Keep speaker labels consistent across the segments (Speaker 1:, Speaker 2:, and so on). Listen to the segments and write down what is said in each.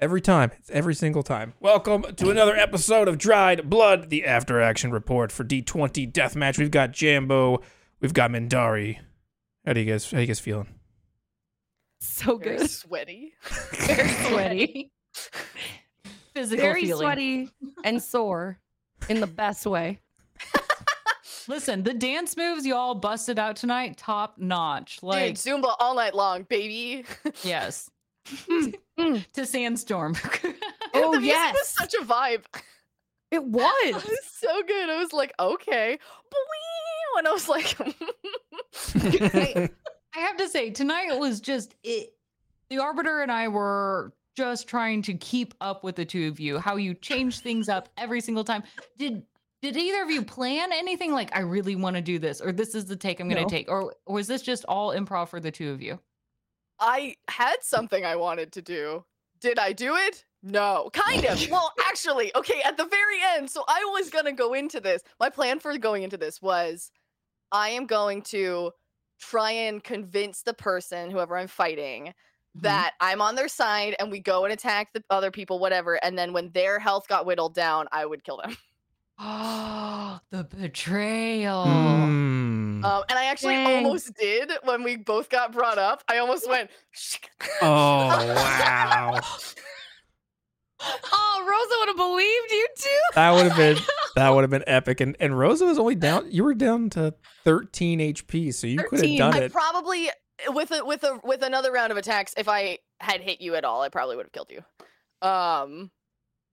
Speaker 1: Every time. It's every single time. Welcome to another episode of Dried Blood, the after action report for D20 Deathmatch. We've got Jambo, we've got Mindari. How do you guys how do you guys feeling?
Speaker 2: So
Speaker 3: Very
Speaker 2: Oh, good.
Speaker 3: sweaty.
Speaker 2: Very sweaty.
Speaker 4: Physical
Speaker 2: Very
Speaker 4: feeling.
Speaker 2: sweaty and sore in the best way.
Speaker 4: Listen, the dance moves y'all busted out tonight, top notch.
Speaker 3: Dude,
Speaker 4: Like,
Speaker 3: Zumba all night long, baby.
Speaker 4: yes.
Speaker 2: Mm, mm.
Speaker 4: to Sandstorm.
Speaker 2: Oh,
Speaker 3: the music was
Speaker 2: yes.
Speaker 3: such a vibe.
Speaker 2: It
Speaker 3: It
Speaker 2: was.
Speaker 3: was so good. I was like, okay, Boing! and I was like,
Speaker 4: I I have to say, tonight was just it. The Arbiter and I were just trying to keep up with the two of you, how you change things up every single time. Did did either of you plan anything like I really want to do this or this is the take I'm going to
Speaker 2: No.
Speaker 4: take or was this just all improv for the two of you?
Speaker 3: I had something I wanted to do. Did I do it? No, kind of. well, actually, okay, at the very end. So I was going to go into this. My plan for going into this was I am going to try and convince the person, whoever I'm fighting,
Speaker 1: Mm-hmm.
Speaker 3: that I'm on their side and we go and attack the other people, whatever. And then when their health got whittled down, I would kill them.
Speaker 4: Oh, the betrayal.
Speaker 1: Mm.
Speaker 3: Um, and I actually
Speaker 2: Dang.
Speaker 3: almost did when we both got brought up. I almost went,
Speaker 1: oh wow.
Speaker 2: Oh, Rosa would have believed you too.
Speaker 1: That would have been that would have been epic. And and Rosa was only down you were down to thirteen HP, so you could have
Speaker 2: 13.
Speaker 1: done
Speaker 3: I
Speaker 1: it.
Speaker 3: probably eh, with a with a with another round of attacks. If I had hit you at all, I probably would have killed you. Um,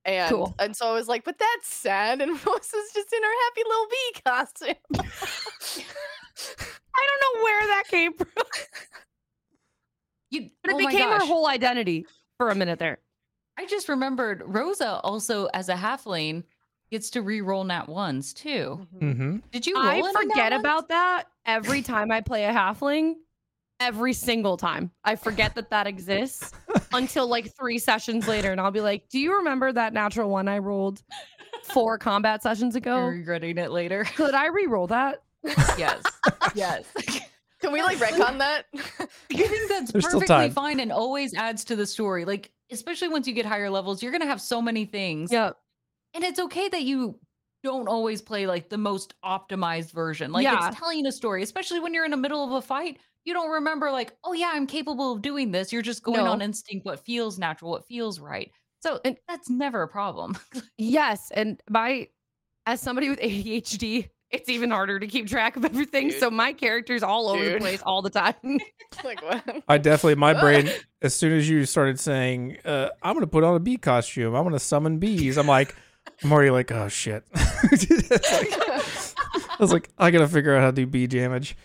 Speaker 3: and
Speaker 2: Cool.
Speaker 3: and so I was like, but that's sad. And Rose is just in her happy little bee costume.
Speaker 2: I don't know where that came from,
Speaker 4: You,
Speaker 2: but it
Speaker 4: oh my
Speaker 2: became her
Speaker 4: gosh.
Speaker 2: whole identity for a minute there.
Speaker 4: I just remembered Rosa also as a halfling gets to re-roll nat ones too.
Speaker 1: Mm-hmm.
Speaker 4: Did you? Roll
Speaker 2: I
Speaker 4: in a nat
Speaker 2: forget
Speaker 4: one?
Speaker 2: about that every time I play a halfling. Every single time, I forget that that exists until like three sessions later, and I'll be like, "Do you remember that natural one I rolled four combat sessions
Speaker 4: You're
Speaker 2: ago?
Speaker 4: regretting it later.
Speaker 2: Could I re-roll that?"
Speaker 4: yes, yes.
Speaker 3: Can we like retcon that?
Speaker 4: I think that's
Speaker 1: There's still
Speaker 4: perfectly
Speaker 1: time.
Speaker 4: fine and always adds to the story. Like especially once you get higher levels, you're gonna have so many things,
Speaker 2: Yeah,
Speaker 4: and it's okay that you don't always play like the most optimized version. Like
Speaker 2: Yeah.
Speaker 4: it's telling a story, especially when you're in the middle of a fight. You don't remember like, oh yeah, I'm capable of doing this. You're just going
Speaker 2: No.
Speaker 4: on instinct, what feels natural, what feels right. So
Speaker 2: And-
Speaker 4: that's never a problem.
Speaker 2: Yes, and my as somebody with ADHD, it's even harder to keep track of everything.
Speaker 3: Dude.
Speaker 2: So my character's all over the
Speaker 3: Dude.
Speaker 2: place all the time.
Speaker 3: like what?
Speaker 1: I definitely my brain as soon as you started saying, uh, I'm gonna put on a bee costume, I'm gonna summon bees, I'm like I'm already like, oh shit. It's like- I was like, I gotta figure out how to do bee damage.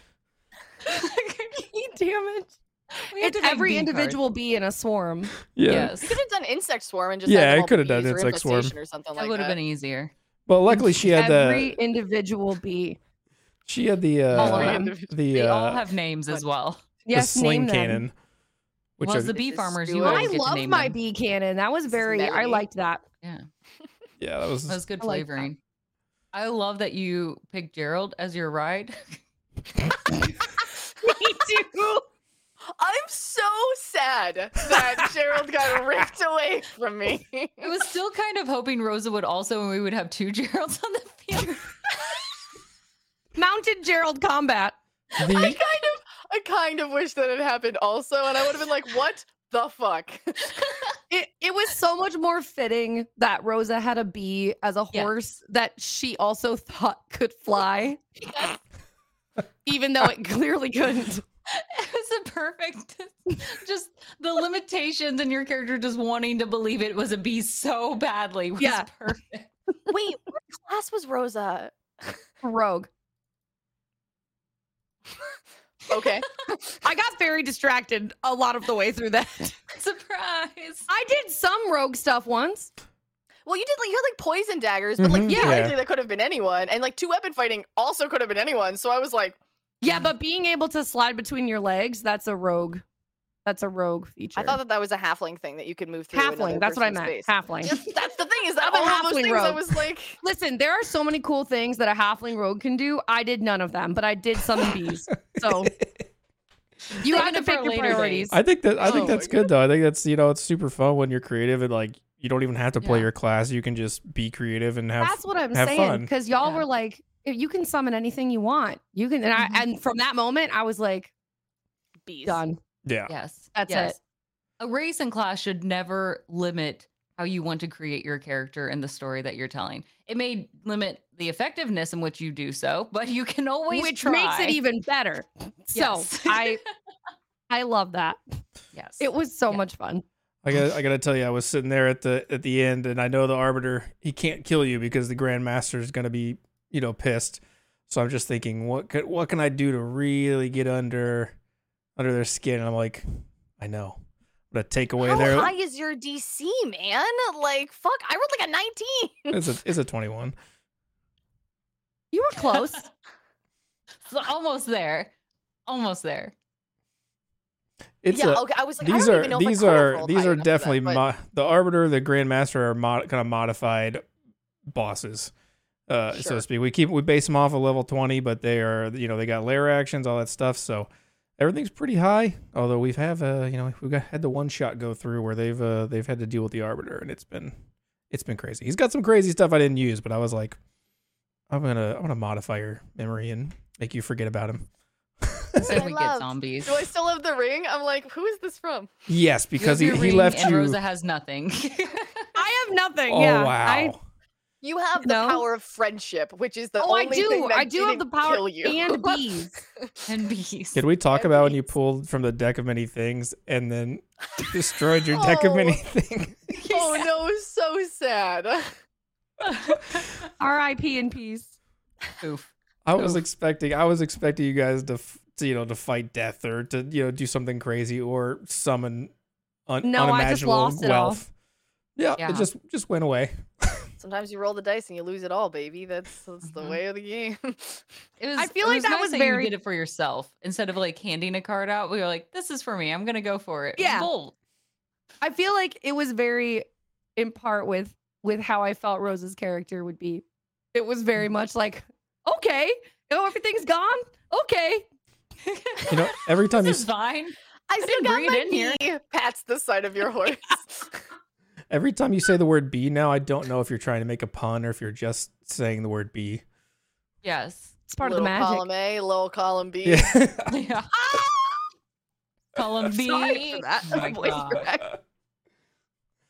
Speaker 2: Damn it!
Speaker 4: We have
Speaker 2: It's
Speaker 4: to make
Speaker 2: every
Speaker 4: bean cards.
Speaker 2: individual bee in a swarm.
Speaker 3: Could
Speaker 4: Yes.
Speaker 3: have done insect swarm and just
Speaker 1: Yeah,
Speaker 3: had them
Speaker 1: I
Speaker 3: all
Speaker 1: coulda done
Speaker 3: bees or
Speaker 1: insect swarm.
Speaker 3: infestation or something
Speaker 4: That
Speaker 3: like
Speaker 4: would have
Speaker 3: that.
Speaker 4: been easier.
Speaker 1: Well, luckily she had
Speaker 2: every
Speaker 1: the
Speaker 2: individual bee.
Speaker 1: she had the
Speaker 4: All of
Speaker 1: uh,
Speaker 4: them.
Speaker 1: the
Speaker 4: They all
Speaker 1: uh,
Speaker 4: have names as
Speaker 3: What?
Speaker 4: well.
Speaker 1: the
Speaker 2: Yes,
Speaker 1: sling
Speaker 2: name them.
Speaker 1: cannon, which
Speaker 4: well,
Speaker 1: I,
Speaker 4: as the
Speaker 3: This
Speaker 4: bee
Speaker 3: is
Speaker 4: farmers, you
Speaker 3: Stuart.
Speaker 4: always
Speaker 2: I
Speaker 4: get to
Speaker 2: love
Speaker 4: name
Speaker 2: my
Speaker 4: them.
Speaker 2: bee cannon. That was
Speaker 3: This is
Speaker 2: very. I
Speaker 3: Melody.
Speaker 2: liked that.
Speaker 1: yeah, that was
Speaker 4: That was good
Speaker 2: I like that.
Speaker 4: flavoring. I love that you picked Gerald as your ride.
Speaker 2: Me too.
Speaker 3: I'm so sad that Gerald got ripped away from me.
Speaker 4: I was still kind of hoping Rosa would also, and we would have two Geralds on the field.
Speaker 2: Mounted Gerald combat.
Speaker 3: I kind
Speaker 1: the
Speaker 3: of, I kind of wish that it happened also, and I would have been like, "What the fuck?"
Speaker 2: It, it was so much more fitting that Rosa had a bee as a
Speaker 4: Yeah.
Speaker 2: horse that she also thought could fly, even though it clearly couldn't.
Speaker 4: It was a perfect, just the limitations and your character just wanting to believe it was a bee so badly was
Speaker 2: Yeah.
Speaker 4: perfect.
Speaker 3: Wait, what class was Rosa?
Speaker 2: Rogue.
Speaker 3: Okay,
Speaker 2: I got very distracted a lot of the way through that.
Speaker 4: Surprise.
Speaker 2: I did some rogue stuff once.
Speaker 3: well, you did like you had like poison daggers, but like
Speaker 1: Mhm,
Speaker 3: Mm-hmm. yeah,
Speaker 1: yeah.
Speaker 3: likely that could have been anyone, and like two weapon fighting also could have been anyone. So I was like,
Speaker 2: Yeah, but being able to slide between your legs, that's a rogue. That's a rogue feature.
Speaker 3: I thought that that was a halfling thing that you could move through. another
Speaker 2: halfling. That's what I
Speaker 3: person's
Speaker 2: meant.
Speaker 3: space.
Speaker 2: Halfling.
Speaker 3: Yes, That's the thing is that
Speaker 2: I'm a
Speaker 3: all of those
Speaker 2: halfling
Speaker 3: things I
Speaker 2: rogue.
Speaker 3: was like,
Speaker 2: Listen, there are so many cool things that a halfling rogue can do. I did none of them, but I did summon bees. So You
Speaker 4: Save
Speaker 2: have
Speaker 4: it
Speaker 2: to
Speaker 4: for
Speaker 2: pick
Speaker 4: a
Speaker 2: your
Speaker 4: later date.
Speaker 2: priorities.
Speaker 1: I think that I think
Speaker 3: Oh
Speaker 1: that's
Speaker 3: my
Speaker 1: good though. I think that's you know it's super fun when you're creative and like you don't even have to play
Speaker 4: Yeah.
Speaker 1: your class. You can just be creative and have.
Speaker 2: That's what I'm
Speaker 1: have
Speaker 2: saying.
Speaker 1: fun.
Speaker 2: Because y'all
Speaker 4: Yeah.
Speaker 2: were like, "If you can summon anything you want. You can, and
Speaker 4: Mhm.
Speaker 2: I, and from that moment, I was like,
Speaker 3: Beast.
Speaker 2: done.
Speaker 1: yeah.
Speaker 4: Yes.
Speaker 2: That's
Speaker 4: yes.
Speaker 2: it.
Speaker 4: A race and class should never limit how you want to create your character and the story that you're telling. It may limit the effectiveness in which you do so, but you can always
Speaker 2: Which
Speaker 4: try.
Speaker 2: makes it even better.
Speaker 4: Yes.
Speaker 2: So I, I love that.
Speaker 4: Yes.
Speaker 2: It was so
Speaker 4: Yeah.
Speaker 2: much fun.
Speaker 1: I got I got to tell you, I was sitting there at the at the end, and I know the arbiter he can't kill you because the Grand Master is going to be you know pissed. So I'm just thinking, what could what can I do to really get under under their skin? And I'm like, I know, I'm gonna take away
Speaker 3: How
Speaker 1: their.
Speaker 3: high is your DC, man? Like, fuck, I rolled like a 19.
Speaker 1: It's a it's a 21.
Speaker 2: You were close.
Speaker 4: So almost there. Almost there.
Speaker 1: It's
Speaker 3: yeah,
Speaker 1: a,
Speaker 3: okay. I was like, I
Speaker 1: these
Speaker 3: don't
Speaker 1: are
Speaker 3: even know if I
Speaker 1: these
Speaker 3: could've
Speaker 1: are
Speaker 3: rolled
Speaker 1: these
Speaker 3: high
Speaker 1: are
Speaker 3: enough for that,
Speaker 1: definitely
Speaker 3: but-
Speaker 1: mo- the arbiter the grandmaster are mod- kind of modified bosses uh so
Speaker 3: Sure.
Speaker 1: to speak we keep we base them off of level 20 but they are you know they got layer actions all that stuff so everything's pretty high although we've have uh you know we've got, had the one shot go through where they've uh they've had to deal with the arbiter and it's been it's been crazy he's got some crazy stuff i didn't use but i was like i'm gonna i'm gonna modify your memory and make you forget about him
Speaker 4: Instead
Speaker 3: I
Speaker 4: we
Speaker 3: love-
Speaker 4: get zombies.
Speaker 3: Do I still have the ring? I'm like, who is this from?
Speaker 1: yes
Speaker 4: You
Speaker 1: because
Speaker 4: have
Speaker 1: he,
Speaker 4: your
Speaker 1: he
Speaker 4: ring
Speaker 1: left
Speaker 4: and
Speaker 1: you
Speaker 4: Rosa has nothing.
Speaker 2: I have nothing.
Speaker 1: oh
Speaker 2: yeah.
Speaker 1: wow
Speaker 2: I,
Speaker 3: You have the
Speaker 2: No.
Speaker 3: power of friendship, which is the
Speaker 2: oh, I
Speaker 3: only thing
Speaker 2: do.
Speaker 3: that
Speaker 2: I do have the
Speaker 3: didn't
Speaker 2: power
Speaker 3: kill you.
Speaker 2: and bees.
Speaker 4: and bees.
Speaker 1: Did we talk
Speaker 3: At
Speaker 1: about when you
Speaker 3: least.
Speaker 1: pulled from the deck of many things and then destroyed your deck of
Speaker 3: Oh.
Speaker 1: many things?
Speaker 3: oh no, it was so sad.
Speaker 2: R.I.P. in peace.
Speaker 4: Oof.
Speaker 1: I was
Speaker 4: Oof.
Speaker 1: expecting, I was expecting you guys to, f- to, you know, to fight death or to, you know, do something crazy or summon un-
Speaker 2: No, I just
Speaker 1: unimaginable
Speaker 2: lost it all.
Speaker 1: wealth. Yeah,
Speaker 4: Yeah.
Speaker 1: it just just went away.
Speaker 3: Sometimes you roll the dice and you lose it all, baby. That's that's the
Speaker 4: Mhm.
Speaker 2: Mm-hmm.
Speaker 3: way of the game.
Speaker 4: It was,
Speaker 2: feel
Speaker 4: it
Speaker 2: like
Speaker 4: was
Speaker 2: that
Speaker 4: nice
Speaker 2: was
Speaker 4: you
Speaker 2: very-
Speaker 4: did it for yourself instead of like handing a card out. We were like, "This is for me. I'm gonna go for it." It was
Speaker 2: Yeah.
Speaker 4: bold.
Speaker 2: I feel like it was very in part with with how I felt Rose's character would be. It was very much like, okay, oh everything's gone. Okay.
Speaker 1: You know, every time you
Speaker 4: This is
Speaker 1: s-
Speaker 4: fine.
Speaker 3: I still
Speaker 4: didn't
Speaker 3: got
Speaker 4: bring it
Speaker 3: my
Speaker 4: in here.
Speaker 3: knee. Pats the side of your horse.
Speaker 1: every time you say the word "b" now, I don't know if you're trying to make a pun or if you're just saying the word "b."
Speaker 4: Yes.
Speaker 2: It's part
Speaker 3: little
Speaker 2: of the magic.
Speaker 3: column A, little column B.
Speaker 1: Yeah.
Speaker 4: Yeah.
Speaker 2: Ah!
Speaker 4: Column B.
Speaker 3: Sorry for that.
Speaker 4: Oh my
Speaker 3: voice
Speaker 4: God.
Speaker 3: crack.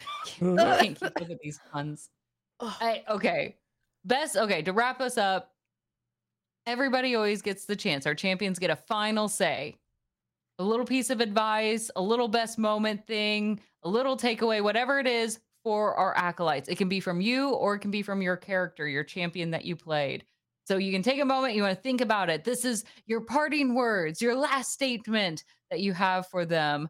Speaker 4: I can't keep up with these puns. I, okay. Best, okay, to wrap us up, everybody always gets the chance. Our champions get a final say. A little piece of advice, a little best moment thing, a little takeaway, whatever it is for our acolytes. It can be from you or it can be from your character, your champion that you played. So you can take a moment, you want to think about it. This is your parting words, your last statement that you have for them.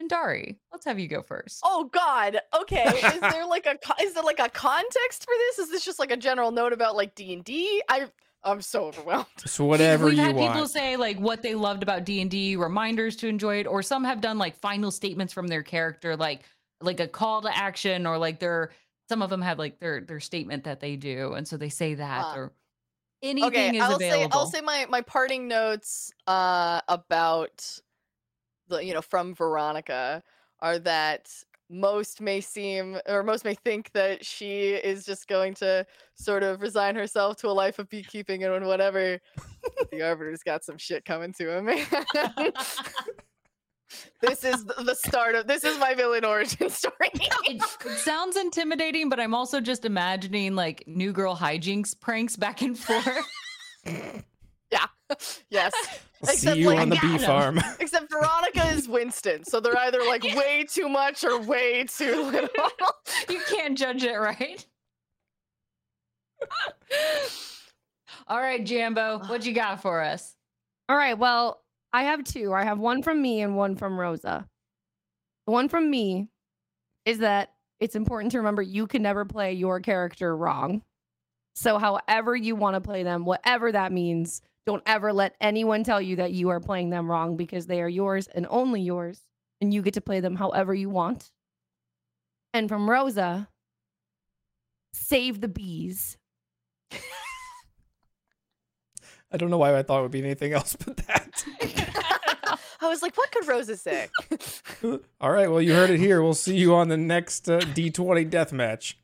Speaker 4: And Dari, let's have you go first.
Speaker 3: Oh God. Okay. Is there like a co- is there like a context for this? Is this just like a general note about like D and D? I I'm so overwhelmed.
Speaker 1: so whatever
Speaker 4: We've
Speaker 1: you
Speaker 4: had
Speaker 1: want.
Speaker 4: people say like what they loved about D and D, reminders to enjoy it, or some have done like final statements from their character, like like a call to action, or like their some of them have like their their statement that they do, and so they say that
Speaker 3: Ah.
Speaker 4: or anything is
Speaker 3: I'll
Speaker 4: available.
Speaker 3: Say, I'll say my my parting notes uh, about the you know from Veronica are that most may seem or most may think that she is just going to sort of resign herself to a life of beekeeping and whatever. but the arbiter's got some shit coming to him. man. this is th- the start of this is my villain origin story.
Speaker 4: it, it sounds intimidating, but I'm also just imagining like new girl hijinks pranks back and forth.
Speaker 3: yes.
Speaker 1: See
Speaker 3: except,
Speaker 1: you
Speaker 3: like,
Speaker 1: on the
Speaker 4: I
Speaker 1: bee
Speaker 4: got 'em.
Speaker 1: farm.
Speaker 3: Except Veronica is Winston, so they're either like way too much or way too little.
Speaker 4: you can't judge it, right? All right, Jambo, what you got for us?
Speaker 2: All right. Well, I have two. I have one from me and one from Rosa. The one from me is that it's important to remember you can never play your character wrong. So, however you want to play them, whatever that means, don't ever let anyone tell you that you are playing them wrong because they are yours and only yours, and you get to play them however you want. And from Rosa, save the bees.
Speaker 1: I don't know why I thought it would be anything else but that.
Speaker 3: I I was like, what could Rosa say?
Speaker 1: All right, well, you heard it here. We'll see you on the next uh, D20 death match.